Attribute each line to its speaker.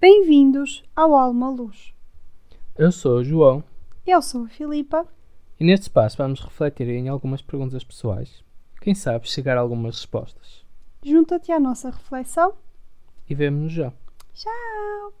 Speaker 1: Bem-vindos ao Alma Luz.
Speaker 2: Eu sou o João
Speaker 1: Eu sou a Filipa.
Speaker 2: e neste espaço vamos refletir em algumas perguntas pessoais. Quem sabe chegar a algumas respostas.
Speaker 1: Junta-te à nossa reflexão.
Speaker 2: E vemo-nos já.
Speaker 1: Tchau!